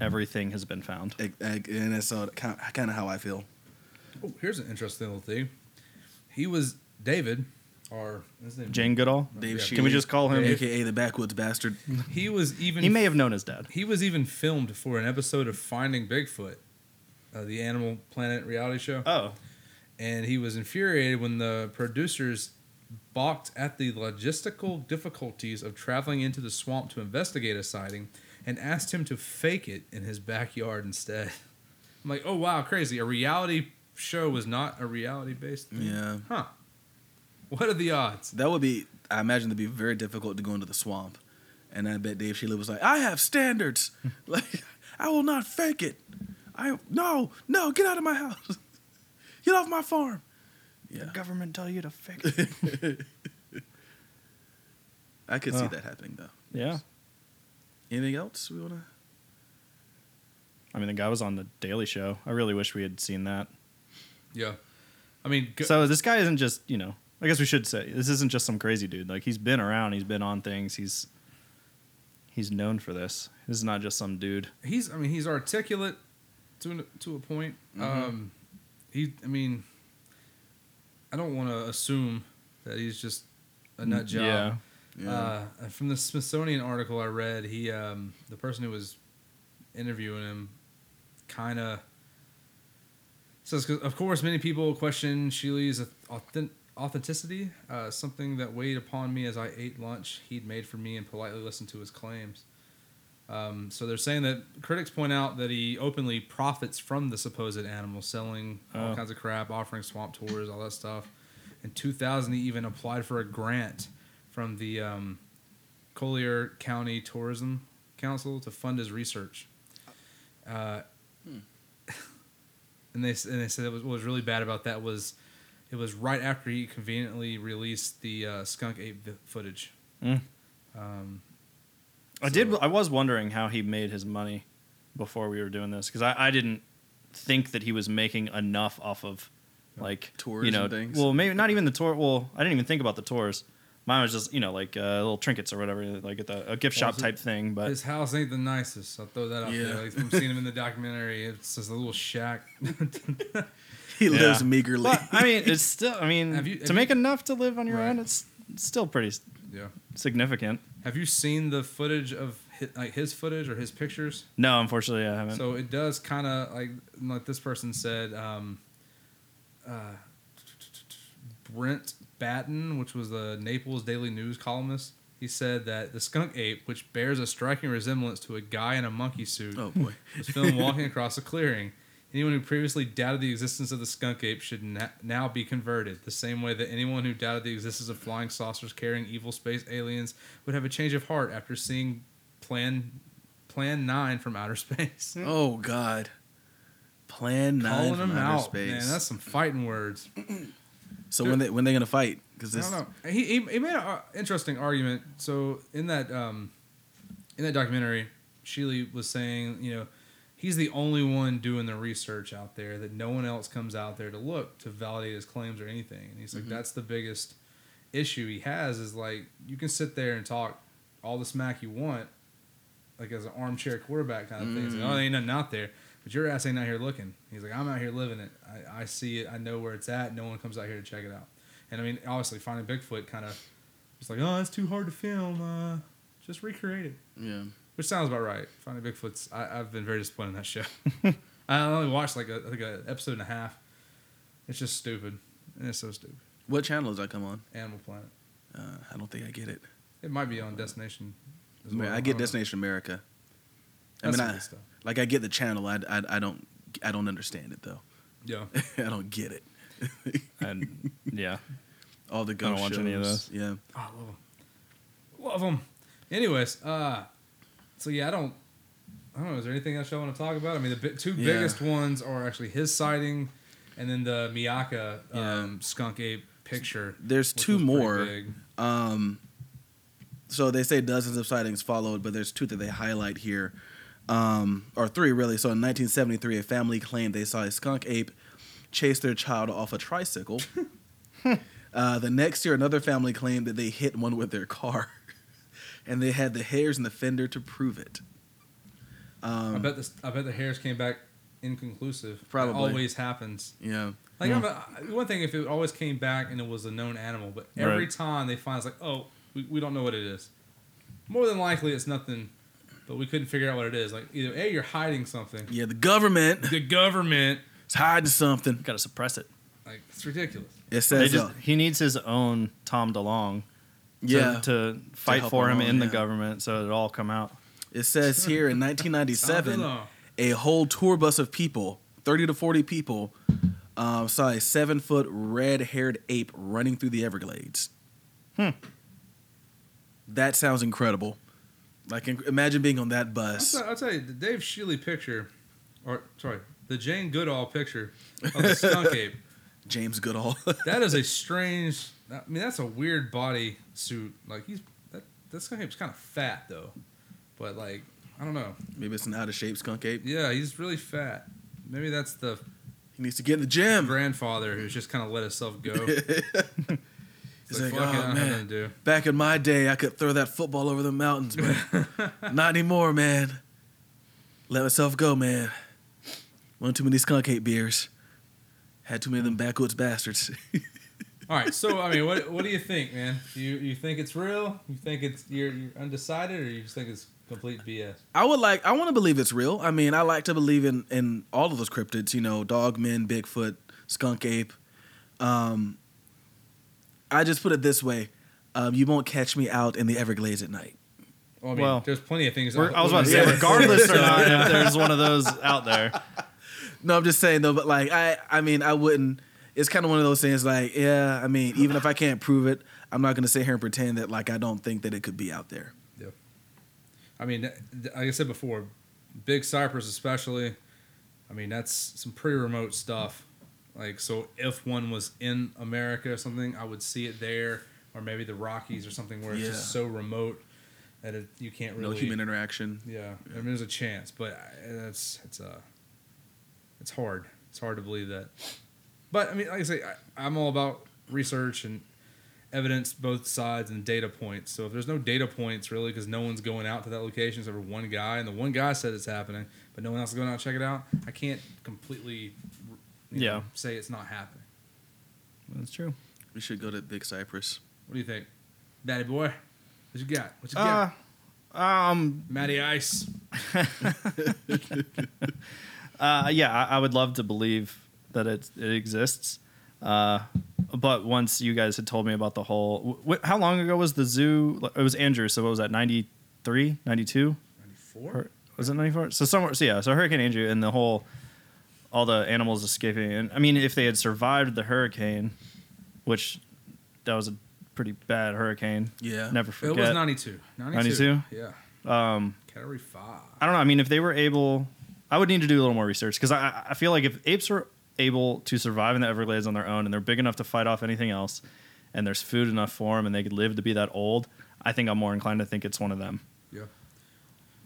Speaker 2: everything has been found.
Speaker 1: Eg- eg- And that's all kind of how I feel.
Speaker 3: Oh, here's an interesting little thing. He was David, or what's his name?
Speaker 2: Jane Goodall.
Speaker 1: Dave
Speaker 3: Yeah.
Speaker 1: Shealy,
Speaker 2: Can we just call him?
Speaker 3: Yeah.
Speaker 1: aka the backwoods bastard?
Speaker 3: He was even
Speaker 2: He may have known his dad.
Speaker 3: he was even filmed for an episode of Finding Bigfoot, uh, the Animal Planet reality show,
Speaker 2: Oh,
Speaker 3: and he was infuriated when the producers balked at the logistical difficulties of traveling into the swamp to investigate a sighting, and asked him to fake it in his backyard instead. I'm like, oh wow, crazy! A reality show was not a reality based.
Speaker 1: Yeah.
Speaker 3: Huh. What are the odds?
Speaker 1: That would be, I imagine, it'd be very difficult to go into the swamp. And I bet Dave Sheila was like, I have standards. like, I will not fake it. I, no, no, get out of my house. Get off my farm. Yeah.
Speaker 2: government tell you to fix it.
Speaker 1: I could see
Speaker 2: Oh.
Speaker 1: that happening, though.
Speaker 2: yeah.
Speaker 1: Anything else we want to?
Speaker 2: I mean, the guy was on the Daily Show. I really wish we had seen that.
Speaker 3: Yeah. I mean, go-
Speaker 2: So this guy isn't just, you know, I guess we should say this isn't just some crazy dude. Like he's been around, he's been on things, he's he's known for this. This is not just some dude.
Speaker 3: he's I mean he's articulate to an, to a point. Um, he I mean, I don't want to assume that he's just a nut job.
Speaker 2: Yeah.
Speaker 3: Uh, and from the Smithsonian article I read, he um, the person who was interviewing him kind of says, 'Cause, "Of course, many people question Sheely's authentic." Authenticity, uh, something that weighed upon me as I ate lunch he'd made for me and politely listened to his claims. Um, so they're saying that critics point out that he openly profits from the supposed animal, selling all
Speaker 2: Oh.
Speaker 3: kinds of crap, offering swamp tours, all that stuff. In 2000, he even applied for a grant from the um, Collier County Tourism Council to fund his research. Uh, and they s- and they said it was, what was really bad about that was it was right after he conveniently released the uh, skunk ape vi- footage.
Speaker 2: Mm.
Speaker 3: Um,
Speaker 2: I
Speaker 3: So-
Speaker 2: did I was wondering how he made his money before we were doing this cuz I, I didn't think that he was making enough off of like
Speaker 1: Tours
Speaker 2: you know,
Speaker 1: and things?
Speaker 2: Well, maybe not even the tour. Well, I didn't even think about the tours. Mine was just, you know, like uh, little trinkets or whatever, like at the a gift
Speaker 3: What
Speaker 2: shop
Speaker 3: was it?
Speaker 2: type thing, but
Speaker 3: his house ain't the nicest. I'll throw that out
Speaker 1: Yeah.
Speaker 3: there. Like, from seeing him in the documentary, it's just a little shack.
Speaker 1: He
Speaker 2: Yeah.
Speaker 1: lives meagerly.
Speaker 2: But I mean, it's still. I mean,
Speaker 3: Have you-
Speaker 2: to
Speaker 3: have
Speaker 2: make
Speaker 3: you-
Speaker 2: enough to live on your
Speaker 3: Right.
Speaker 2: own, it's, it's still pretty s-
Speaker 3: yeah.
Speaker 2: significant.
Speaker 3: Have you seen the footage of his, like his footage or his pictures?
Speaker 2: No, unfortunately, I haven't.
Speaker 3: So it does kind of like like this person said, um, uh, Brent Batten, which was the Naples Daily News columnist. He said that the skunk ape, which bears a striking resemblance to a guy in a monkey suit,
Speaker 1: oh, boy.
Speaker 3: was filmed walking across a clearing. Anyone who previously doubted the existence of the skunk ape should na- now be converted, the same way that anyone who doubted the existence of flying saucers carrying evil space aliens would have a change of heart after seeing Plan Plan Nine from outer space.
Speaker 1: Oh, God. Plan nine
Speaker 3: Calling
Speaker 1: from
Speaker 3: them
Speaker 1: outer
Speaker 3: out,
Speaker 1: space.
Speaker 3: man. That's some fighting words.
Speaker 1: so when they when they gonna fight? Because
Speaker 3: I
Speaker 1: this,
Speaker 3: don't know. He, he, he made an uh, interesting argument. So in that um, in that documentary, Sheely was saying, you know, he's the only one doing the research out there that no one else comes out there to look to validate his claims or anything. And he's
Speaker 1: Mm-hmm.
Speaker 3: like, that's the biggest issue he has is like you can sit there and talk all the smack you want, like as an armchair quarterback kind of thing. It's like, oh, there ain't nothing out there. But your ass ain't out here looking. He's like, I'm out here living it. I, I see it. I know where it's at. No one comes out here to check it out. And I mean, obviously, finding Bigfoot kind of it's like, oh, it's too hard to film. Uh, just recreate it.
Speaker 4: Yeah.
Speaker 3: Which sounds about right. Finding Bigfoot's. I, I've been very disappointed in that show. I only watched like a like a episode and a half. It's just stupid. It's so stupid.
Speaker 4: What channel does that come on?
Speaker 3: Animal Planet.
Speaker 4: Uh, I don't think I get it.
Speaker 3: It might be on Destination. as
Speaker 4: Amer-
Speaker 3: well.
Speaker 4: I get
Speaker 3: don't know.
Speaker 4: Destination America. I
Speaker 3: That's
Speaker 4: mean,
Speaker 3: some
Speaker 4: I,
Speaker 3: good stuff.
Speaker 4: like I get the channel. I, I, I don't I don't understand it though.
Speaker 3: Yeah.
Speaker 4: I don't get it.
Speaker 2: And yeah,
Speaker 4: All the
Speaker 2: don't
Speaker 4: ghost
Speaker 2: watch
Speaker 4: shows.
Speaker 2: any of
Speaker 4: Yeah.
Speaker 3: Oh, I love them. Love them. Anyways, uh, so yeah, I don't, I don't know. Is there anything else I want to talk about? I mean, the bi- two
Speaker 4: Yeah.
Speaker 3: biggest ones are actually his sighting, and then the Miyaka um, skunk ape picture.
Speaker 1: There's
Speaker 3: which
Speaker 1: two
Speaker 3: was pretty
Speaker 1: more.
Speaker 3: big.
Speaker 1: Um, so they say dozens of sightings followed, but there's two that they highlight here, um, or three really. So in 1973, a family claimed they saw a skunk ape chase their child off a tricycle. uh, the next year, another family claimed that they hit one with their car, and they had the hairs and the fender to prove it.
Speaker 4: um,
Speaker 3: I bet this. I bet the hairs came back inconclusive. That
Speaker 1: Probably.
Speaker 3: always happens.
Speaker 4: Yeah.
Speaker 3: Like I'm a, one thing, if it always came back and it was a known animal, but every
Speaker 2: Right.
Speaker 3: time they find it's like, oh, we, we don't know what it is. More than likely, it's nothing, but we couldn't figure out what it is. Like either a, you're hiding something.
Speaker 1: Yeah, the government
Speaker 3: The government,
Speaker 1: is hiding something.
Speaker 2: gotta suppress it.
Speaker 3: like it's ridiculous.
Speaker 1: It
Speaker 2: They
Speaker 1: says,
Speaker 2: just,
Speaker 1: uh,
Speaker 2: he needs his own Tom DeLong. To,
Speaker 1: yeah,
Speaker 2: to fight
Speaker 1: help
Speaker 2: for him
Speaker 1: along,
Speaker 2: in the
Speaker 1: yeah.
Speaker 2: government, so it all come out.
Speaker 1: it says here in
Speaker 3: I
Speaker 1: 1997.
Speaker 3: don't know.
Speaker 1: a whole tour bus of people, 30 to 40 people, um, saw a seven foot red haired ape running through the Everglades. Hmm. That sounds incredible. Like, in- imagine being on that bus.
Speaker 3: I'll, tell, I'll tell you the Dave Shealy picture, or sorry, the Jane Goodall picture of the skunk ape.
Speaker 1: James Goodall.
Speaker 3: That is a strange. I mean, that's a weird body suit. Like he's that that skunk ape's kind of fat though, but like I don't know.
Speaker 1: Maybe it's an out of shape skunk ape.
Speaker 3: Yeah, he's really fat. Maybe that's the
Speaker 1: He needs to get in the gym.
Speaker 3: grandfather who's just kind of let himself go. It's
Speaker 1: He's
Speaker 3: like,
Speaker 1: like,
Speaker 3: fuck it, I
Speaker 1: oh,
Speaker 3: don't have
Speaker 1: man.
Speaker 3: nothing to do.
Speaker 1: Back in my day, I could throw that football over the mountains, man. Not anymore, man. Let myself go, man. One too many skunk ape beers. Had too many of them backwoods bastards.
Speaker 3: All right, so I mean, what what do you think, man? Do you you think it's real? You think it's you're, you're undecided, or you just think it's complete BS?
Speaker 1: I would like. I want to believe it's real. I mean, I like to believe in in all of those cryptids. You know, dog men, Bigfoot, skunk ape. Um, I just put it this way: um, you won't catch me out in the Everglades at night.
Speaker 3: Well, I mean,
Speaker 2: Well,
Speaker 3: there's plenty of things.
Speaker 2: We're- I was about to
Speaker 1: Yeah.
Speaker 2: say, regardless or not, if there's one of those out there,
Speaker 1: No, I'm just saying though. But like, I I mean, I wouldn't. It's kind of one of those things. Like, yeah, I mean, even if I can't prove it, I'm not going to sit here and pretend that like I don't think that it could be out there.
Speaker 3: I mean, th- like I said before, Big Cypress especially. I mean, that's some pretty remote stuff. Like, so if one was in America or something, I would see it there, or maybe the Rockies or something where it's
Speaker 1: Yeah.
Speaker 3: just so remote that it, you can't
Speaker 4: No
Speaker 3: really.
Speaker 4: human interaction.
Speaker 3: yeah, I mean, there's a chance, but I- it's it's uh, it's hard. It's hard to believe that. But I mean, like I say, I, I'm all about research and evidence, both sides and data points. So if there's no data points really, because no one's going out to that location except for one guy, and the one guy said it's happening, but no one else is going out to check it out, I can't completely, you know,
Speaker 2: Yeah.
Speaker 3: say it's not happening.
Speaker 2: that's true.
Speaker 4: We should go to Big Cypress.
Speaker 3: What do you think, Daddy boy? What you got? What you
Speaker 2: Uh,
Speaker 3: got?
Speaker 2: um,
Speaker 3: Matty Ice.
Speaker 2: uh, yeah, I, I would love to believe that it it exists. Uh, but once you guys had told me about the whole, wh- wh- how long ago was the zoo? It was Andrew, so what was that? 93, 92?
Speaker 3: Ninety-four.
Speaker 2: Hur- was it 94 so somewhere so yeah so hurricane andrew and the whole all the animals escaping and i mean if they had survived the hurricane which that was a pretty bad hurricane
Speaker 1: Yeah.
Speaker 2: never
Speaker 3: It
Speaker 2: forget
Speaker 3: was 92.
Speaker 2: 92?
Speaker 3: Yeah.
Speaker 2: um
Speaker 3: Category 5.
Speaker 2: i don't know i mean if they were able i would need to do a little more research because I, I feel like if apes are able to survive in the everglades on their own and they're big enough to fight off anything else and there's food enough for them and they could live to be that old i think i'm more inclined to think it's one of them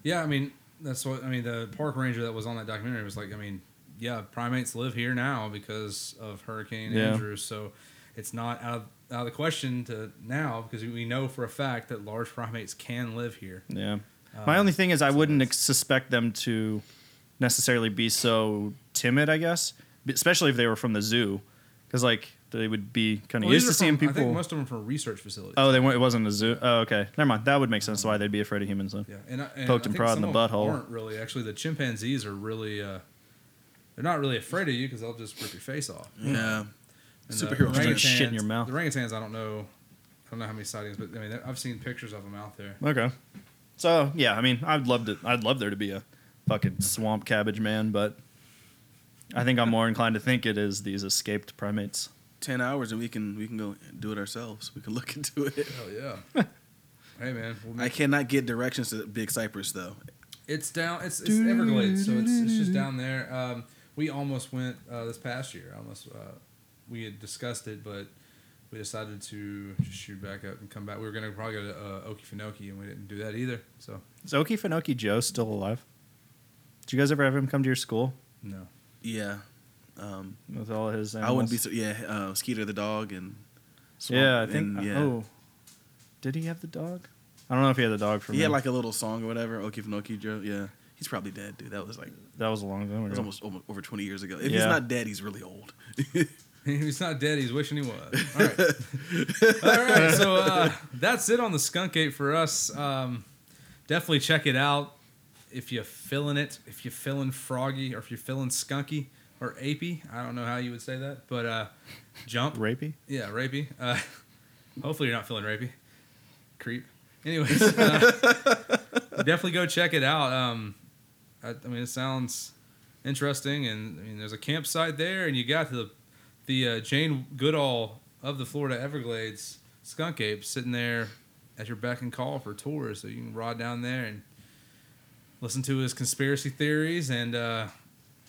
Speaker 3: Yeah, I mean, that's what I mean. The park ranger that was on that documentary was like, I mean, yeah, primates live here now because of Hurricane
Speaker 2: Yeah.
Speaker 3: Andrew. So it's not out of, out of the question to now because we know for a fact that large primates can live here.
Speaker 2: Yeah.
Speaker 3: Uh,
Speaker 2: My only thing is I wouldn't ex- suspect them to necessarily be so timid, I guess, b- especially if they were from the zoo, because like they would be kind of
Speaker 3: Well, these
Speaker 2: used to
Speaker 3: are
Speaker 2: seeing
Speaker 3: from- I
Speaker 2: people.
Speaker 3: think most of them are from research facilities.
Speaker 2: oh, they weren't. It wasn't a zoo. Oh, okay. Never mind. That would make sense why they'd be afraid of humans then.
Speaker 3: Uh-huh. Yeah, and, I, and
Speaker 2: Poked
Speaker 3: I
Speaker 2: and
Speaker 3: think
Speaker 2: prod in
Speaker 3: some
Speaker 2: the
Speaker 3: of them
Speaker 2: butthole.
Speaker 3: Aren't really actually the chimpanzees are really. Uh, they're not really afraid of you because they'll just rip your face off.
Speaker 1: Yeah. uh,
Speaker 3: And the
Speaker 1: Superhero
Speaker 2: strength. Shit in
Speaker 3: orangutans-
Speaker 2: your mouth.
Speaker 3: The orangutans, I don't know, I don't know how many sightings, but I mean, I've seen pictures of them out there.
Speaker 2: Okay. So yeah, I mean, I'd love to. I'd love there to be a fucking swamp cabbage man, but I think I'm more inclined to think it is these escaped primates.
Speaker 1: Ten hours and we can we can go do it ourselves. We can look into it.
Speaker 3: Hell yeah! hey man, we'll
Speaker 1: I
Speaker 3: make,
Speaker 1: cannot get directions to Big Cypress though.
Speaker 3: it's down. It's, it's Everglades, so it's, it's just down there. Um, we almost went uh, this past year. Almost, uh, we had discussed it, but we decided to just shoot back up and come back. We were gonna probably go to uh, Okefenokee, and we didn't do that either. So
Speaker 2: Is Okefenokee Joe still alive? Did you guys ever have him come to your school
Speaker 3: no.
Speaker 1: Yeah. Um,
Speaker 2: with all his?
Speaker 1: I wouldn't
Speaker 2: animals?
Speaker 1: be so yeah, uh, Skeeter the dog and Swamp-
Speaker 2: Yeah, I think.
Speaker 1: and, yeah. uh,
Speaker 2: Oh, did he have the dog? I don't know if he had the dog for
Speaker 1: He
Speaker 2: me.
Speaker 1: had like a little song or whatever, Okefenokee Joe. Yeah. He's probably dead, dude. That was like that
Speaker 2: that was a long time
Speaker 1: was
Speaker 2: ago.
Speaker 1: almost, almost over 20 years ago. If he's
Speaker 2: Yeah.
Speaker 1: not dead, he's really old.
Speaker 3: He's not dead. He's wishing he was. All right. All right. So uh, that's it on the skunk ape for us. Um, definitely check it out if you're feeling it. If you're feeling froggy, or if you're feeling skunky or apey. I don't know how you would say that, but uh, jump.
Speaker 2: rapey.
Speaker 3: Yeah, rapey. Uh, hopefully you're not feeling rapey. Creep. Anyways, uh, definitely go check it out. Um, I, I mean, it sounds interesting, and I mean, there's a campsite there, and you got the the uh, Jane Goodall of the Florida Everglades skunk ape sitting there at your beck and call for tours, so you can ride down there and listen to his conspiracy theories and uh,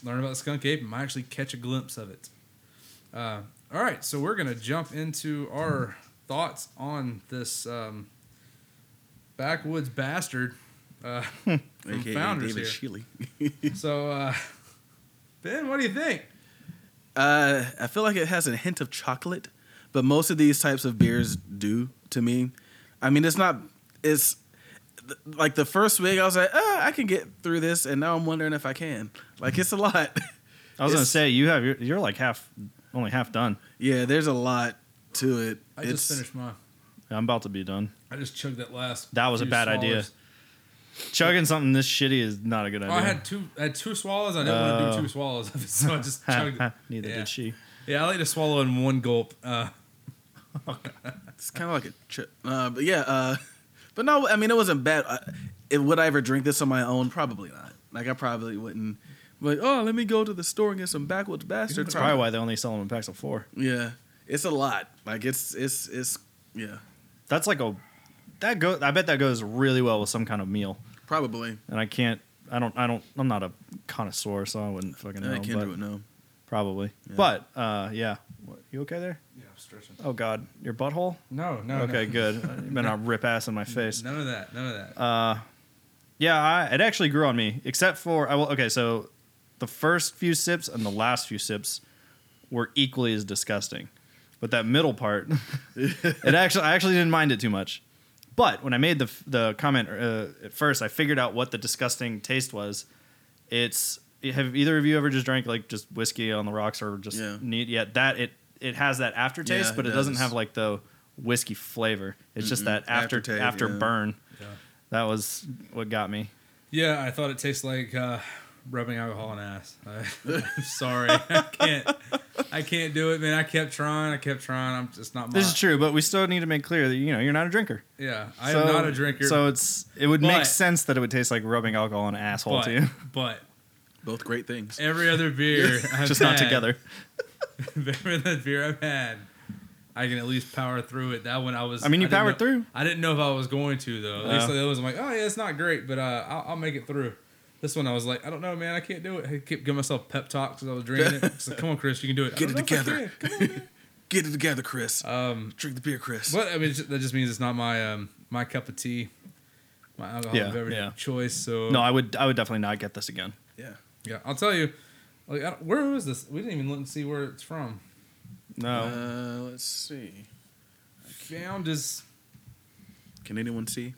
Speaker 3: learn about the skunk ape, and might actually catch a glimpse of it. Uh, all right, so we're gonna jump into our thoughts on this um, backwoods bastard uh, from
Speaker 1: AKA
Speaker 3: Founders
Speaker 1: David
Speaker 3: here.
Speaker 1: Shealy.
Speaker 3: So, uh, Ben, what do you think?
Speaker 1: Uh, I feel like it has a hint of chocolate, but most of these types of beers do to me. I mean, it's not. It's th- like the first wig. I was like, ah, I can get through this, and now I'm wondering if I can. Like, it's a lot.
Speaker 2: I was gonna
Speaker 1: It's-
Speaker 2: say you have your, you're like half, only half done.
Speaker 1: yeah, there's a lot to it.
Speaker 3: I
Speaker 1: it's
Speaker 3: just finished my.
Speaker 2: I'm about to be done.
Speaker 3: I just chugged that last.
Speaker 2: That was a
Speaker 3: few
Speaker 2: bad idea.
Speaker 3: swallows.
Speaker 2: Chugging something this shitty is not a good idea.
Speaker 3: Oh, I had two. I had two swallows. I didn't want to
Speaker 2: Oh.
Speaker 3: do two swallows, of it, so I just chugged. it.
Speaker 2: Neither
Speaker 3: yeah.
Speaker 2: did she.
Speaker 3: Yeah, I like to swallow in one gulp. Uh,
Speaker 1: it's kind of like a trip. Uh, but yeah, uh, but no, I mean, it wasn't bad. I, it, would I ever drink this on my own? Probably not. Like, I probably wouldn't. Like, oh, let me go to the store and get some backwoods bastard.
Speaker 2: That's probably why they only sell them in packs of four.
Speaker 1: Yeah, it's a lot. Like it's it's it's yeah,
Speaker 2: That's like a that go. I bet that goes really well with some kind of meal.
Speaker 1: probably.
Speaker 2: And I can't. I don't. I don't. I'm not a connoisseur, so I wouldn't fucking know.
Speaker 1: I can't
Speaker 2: but
Speaker 1: do it now.
Speaker 2: Probably. But uh, yeah. What, you okay there?
Speaker 3: yeah, I'm stretching.
Speaker 2: Oh God, your butthole.
Speaker 3: No, no.
Speaker 2: okay,
Speaker 3: no.
Speaker 2: good. You better not rip ass in my face.
Speaker 3: None of that. None of that.
Speaker 2: Uh, yeah, I, it actually grew on me, except for I will. Okay, so the first few sips and the last few sips were equally as disgusting, but that middle part, it actually I actually didn't mind it too much. But when I made the f- the comment uh, at first, I figured out what the disgusting taste was. It's have either of you ever just drank like just whiskey on the rocks or just
Speaker 1: Yeah.
Speaker 2: neat? Yeah, that it it has that aftertaste,
Speaker 1: Yeah,
Speaker 2: but
Speaker 1: it
Speaker 2: it doesn't
Speaker 1: does.
Speaker 2: have like the whiskey flavor. It's just
Speaker 1: Mm-mm.
Speaker 2: that after
Speaker 1: Aftertaste,
Speaker 2: afterburn.
Speaker 3: yeah.
Speaker 2: That was what got me.
Speaker 3: Yeah, I thought it tastes like uh, rubbing alcohol in ass. I, am sorry, I can't. I can't do it, man. I kept trying. I kept trying. I'm just not. My,
Speaker 2: This is true, but we still need to make clear that you know you're not a drinker.
Speaker 3: Yeah, I
Speaker 2: So-
Speaker 3: am not a drinker.
Speaker 2: So it's it would
Speaker 3: But-
Speaker 2: make sense that it would taste like rubbing alcohol on an asshole
Speaker 3: but,
Speaker 2: to you,
Speaker 3: but
Speaker 1: Both great things.
Speaker 3: every other beer, I've
Speaker 2: just not
Speaker 3: had-
Speaker 2: together.
Speaker 3: Every other beer I've had, I can at least power through it. That one I was.
Speaker 2: I mean, you
Speaker 3: didn't
Speaker 2: powered
Speaker 3: know-
Speaker 2: through.
Speaker 3: I didn't know if I was going to though. At least
Speaker 2: Oh.
Speaker 3: the others, I'm like, oh yeah, it's not great, but uh, I'll, I'll make it through. This one, I was like, I don't know, man. I can't do it. I kept giving myself pep talks as I was drinking it. So come on, Chris, you can do it. I
Speaker 1: Get
Speaker 3: don't
Speaker 1: it
Speaker 3: know if I
Speaker 1: together.
Speaker 3: can. Come
Speaker 1: Get it together, Chris.
Speaker 3: on. Um,
Speaker 1: Drink the beer, Chris.
Speaker 3: But I mean, ju- that just means it's not my um, my cup of tea. my alcoholic
Speaker 2: Yeah,
Speaker 3: beverage
Speaker 2: yeah.
Speaker 3: of choice. So
Speaker 2: No, I would I would definitely not get this again.
Speaker 1: Yeah.
Speaker 3: yeah, I'll tell you. Like, I don't, where was this? We didn't even look and see where it's from.
Speaker 2: No.
Speaker 4: Uh, let's see.
Speaker 3: Found is
Speaker 4: Can anyone see?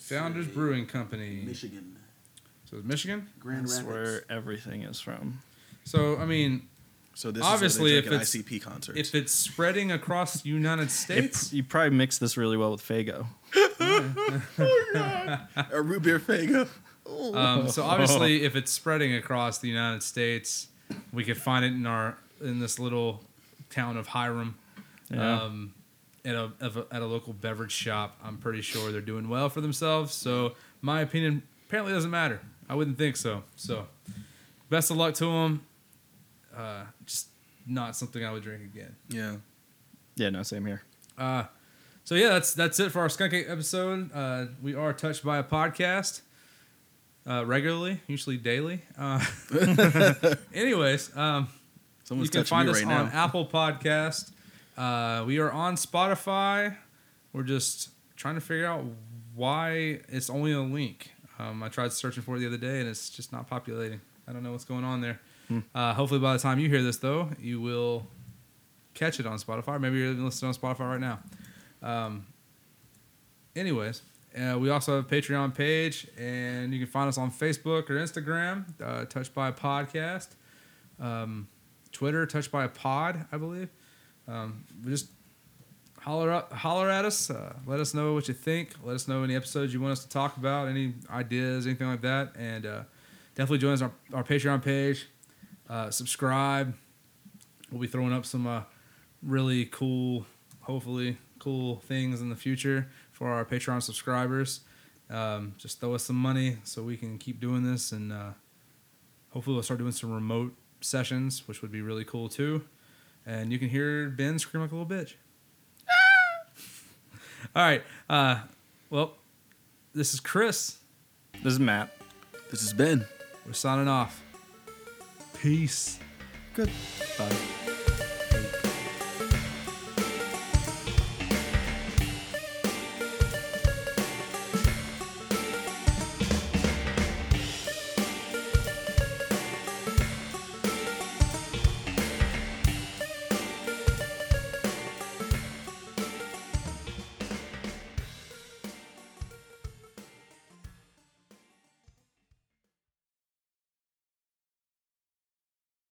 Speaker 3: Founders Brewing Company.
Speaker 1: Michigan.
Speaker 3: So it's Michigan.
Speaker 1: Grand
Speaker 2: That's
Speaker 1: Rapids.
Speaker 2: where everything is from.
Speaker 3: So I mean,
Speaker 4: So this
Speaker 3: Obviously,
Speaker 4: is
Speaker 3: if
Speaker 4: where they
Speaker 3: it's-
Speaker 4: drink at ICP concert.
Speaker 3: if it's spreading across the United States,
Speaker 2: You probably mix this really well with Fago.
Speaker 4: a root beer fago.
Speaker 3: Um, so obviously, if it's spreading across the United States, we could find it in our in this little town of Hiram,
Speaker 2: Yeah.
Speaker 3: um, at a, of a at a local beverage shop. I'm pretty sure they're doing well for themselves. So my opinion apparently doesn't matter. I wouldn't think so. So best of luck to them. Uh, just not something I would drink again.
Speaker 4: Yeah.
Speaker 2: Yeah, no, same here.
Speaker 3: Uh, so yeah, that's that's it for our Skunk Ape episode. Uh, we are touched by a podcast uh, regularly, usually daily. Uh, anyways, um, you
Speaker 4: Someone's
Speaker 3: can
Speaker 4: touching
Speaker 3: find
Speaker 4: me
Speaker 3: us
Speaker 4: right
Speaker 3: on
Speaker 4: now.
Speaker 3: Apple Podcast. Uh, we are on Spotify. We're just trying to figure out why it's only a link. Um, I tried searching for it the other day, and it's just not populating. I don't know what's going on there.
Speaker 4: Hmm.
Speaker 3: Uh, hopefully, by the time you hear this, though, you will catch it on Spotify. Maybe you're even listening on Spotify right now. Um, anyways, uh, we also have a Patreon page, and you can find us on Facebook or Instagram, uh, Touched by Podcast, um, Twitter, Touched by a Pod, I believe. Um, we just holler up, holler at us. Uh, let us know what you think. Let us know any episodes you want us to talk about, any ideas, anything like that, and uh, definitely join us on our, our Patreon page. Uh, subscribe. We'll be throwing up some uh, really cool, hopefully cool things in the future for our Patreon subscribers. Um, just throw us some money so we can keep doing this, and uh, hopefully we'll start doing some remote sessions, which would be really cool too. And you can hear Ben scream like a little bitch. All right. Uh, well, this is Chris.
Speaker 2: This is Matt.
Speaker 4: This has been.
Speaker 3: We're signing off. Peace.
Speaker 2: Good. Bye.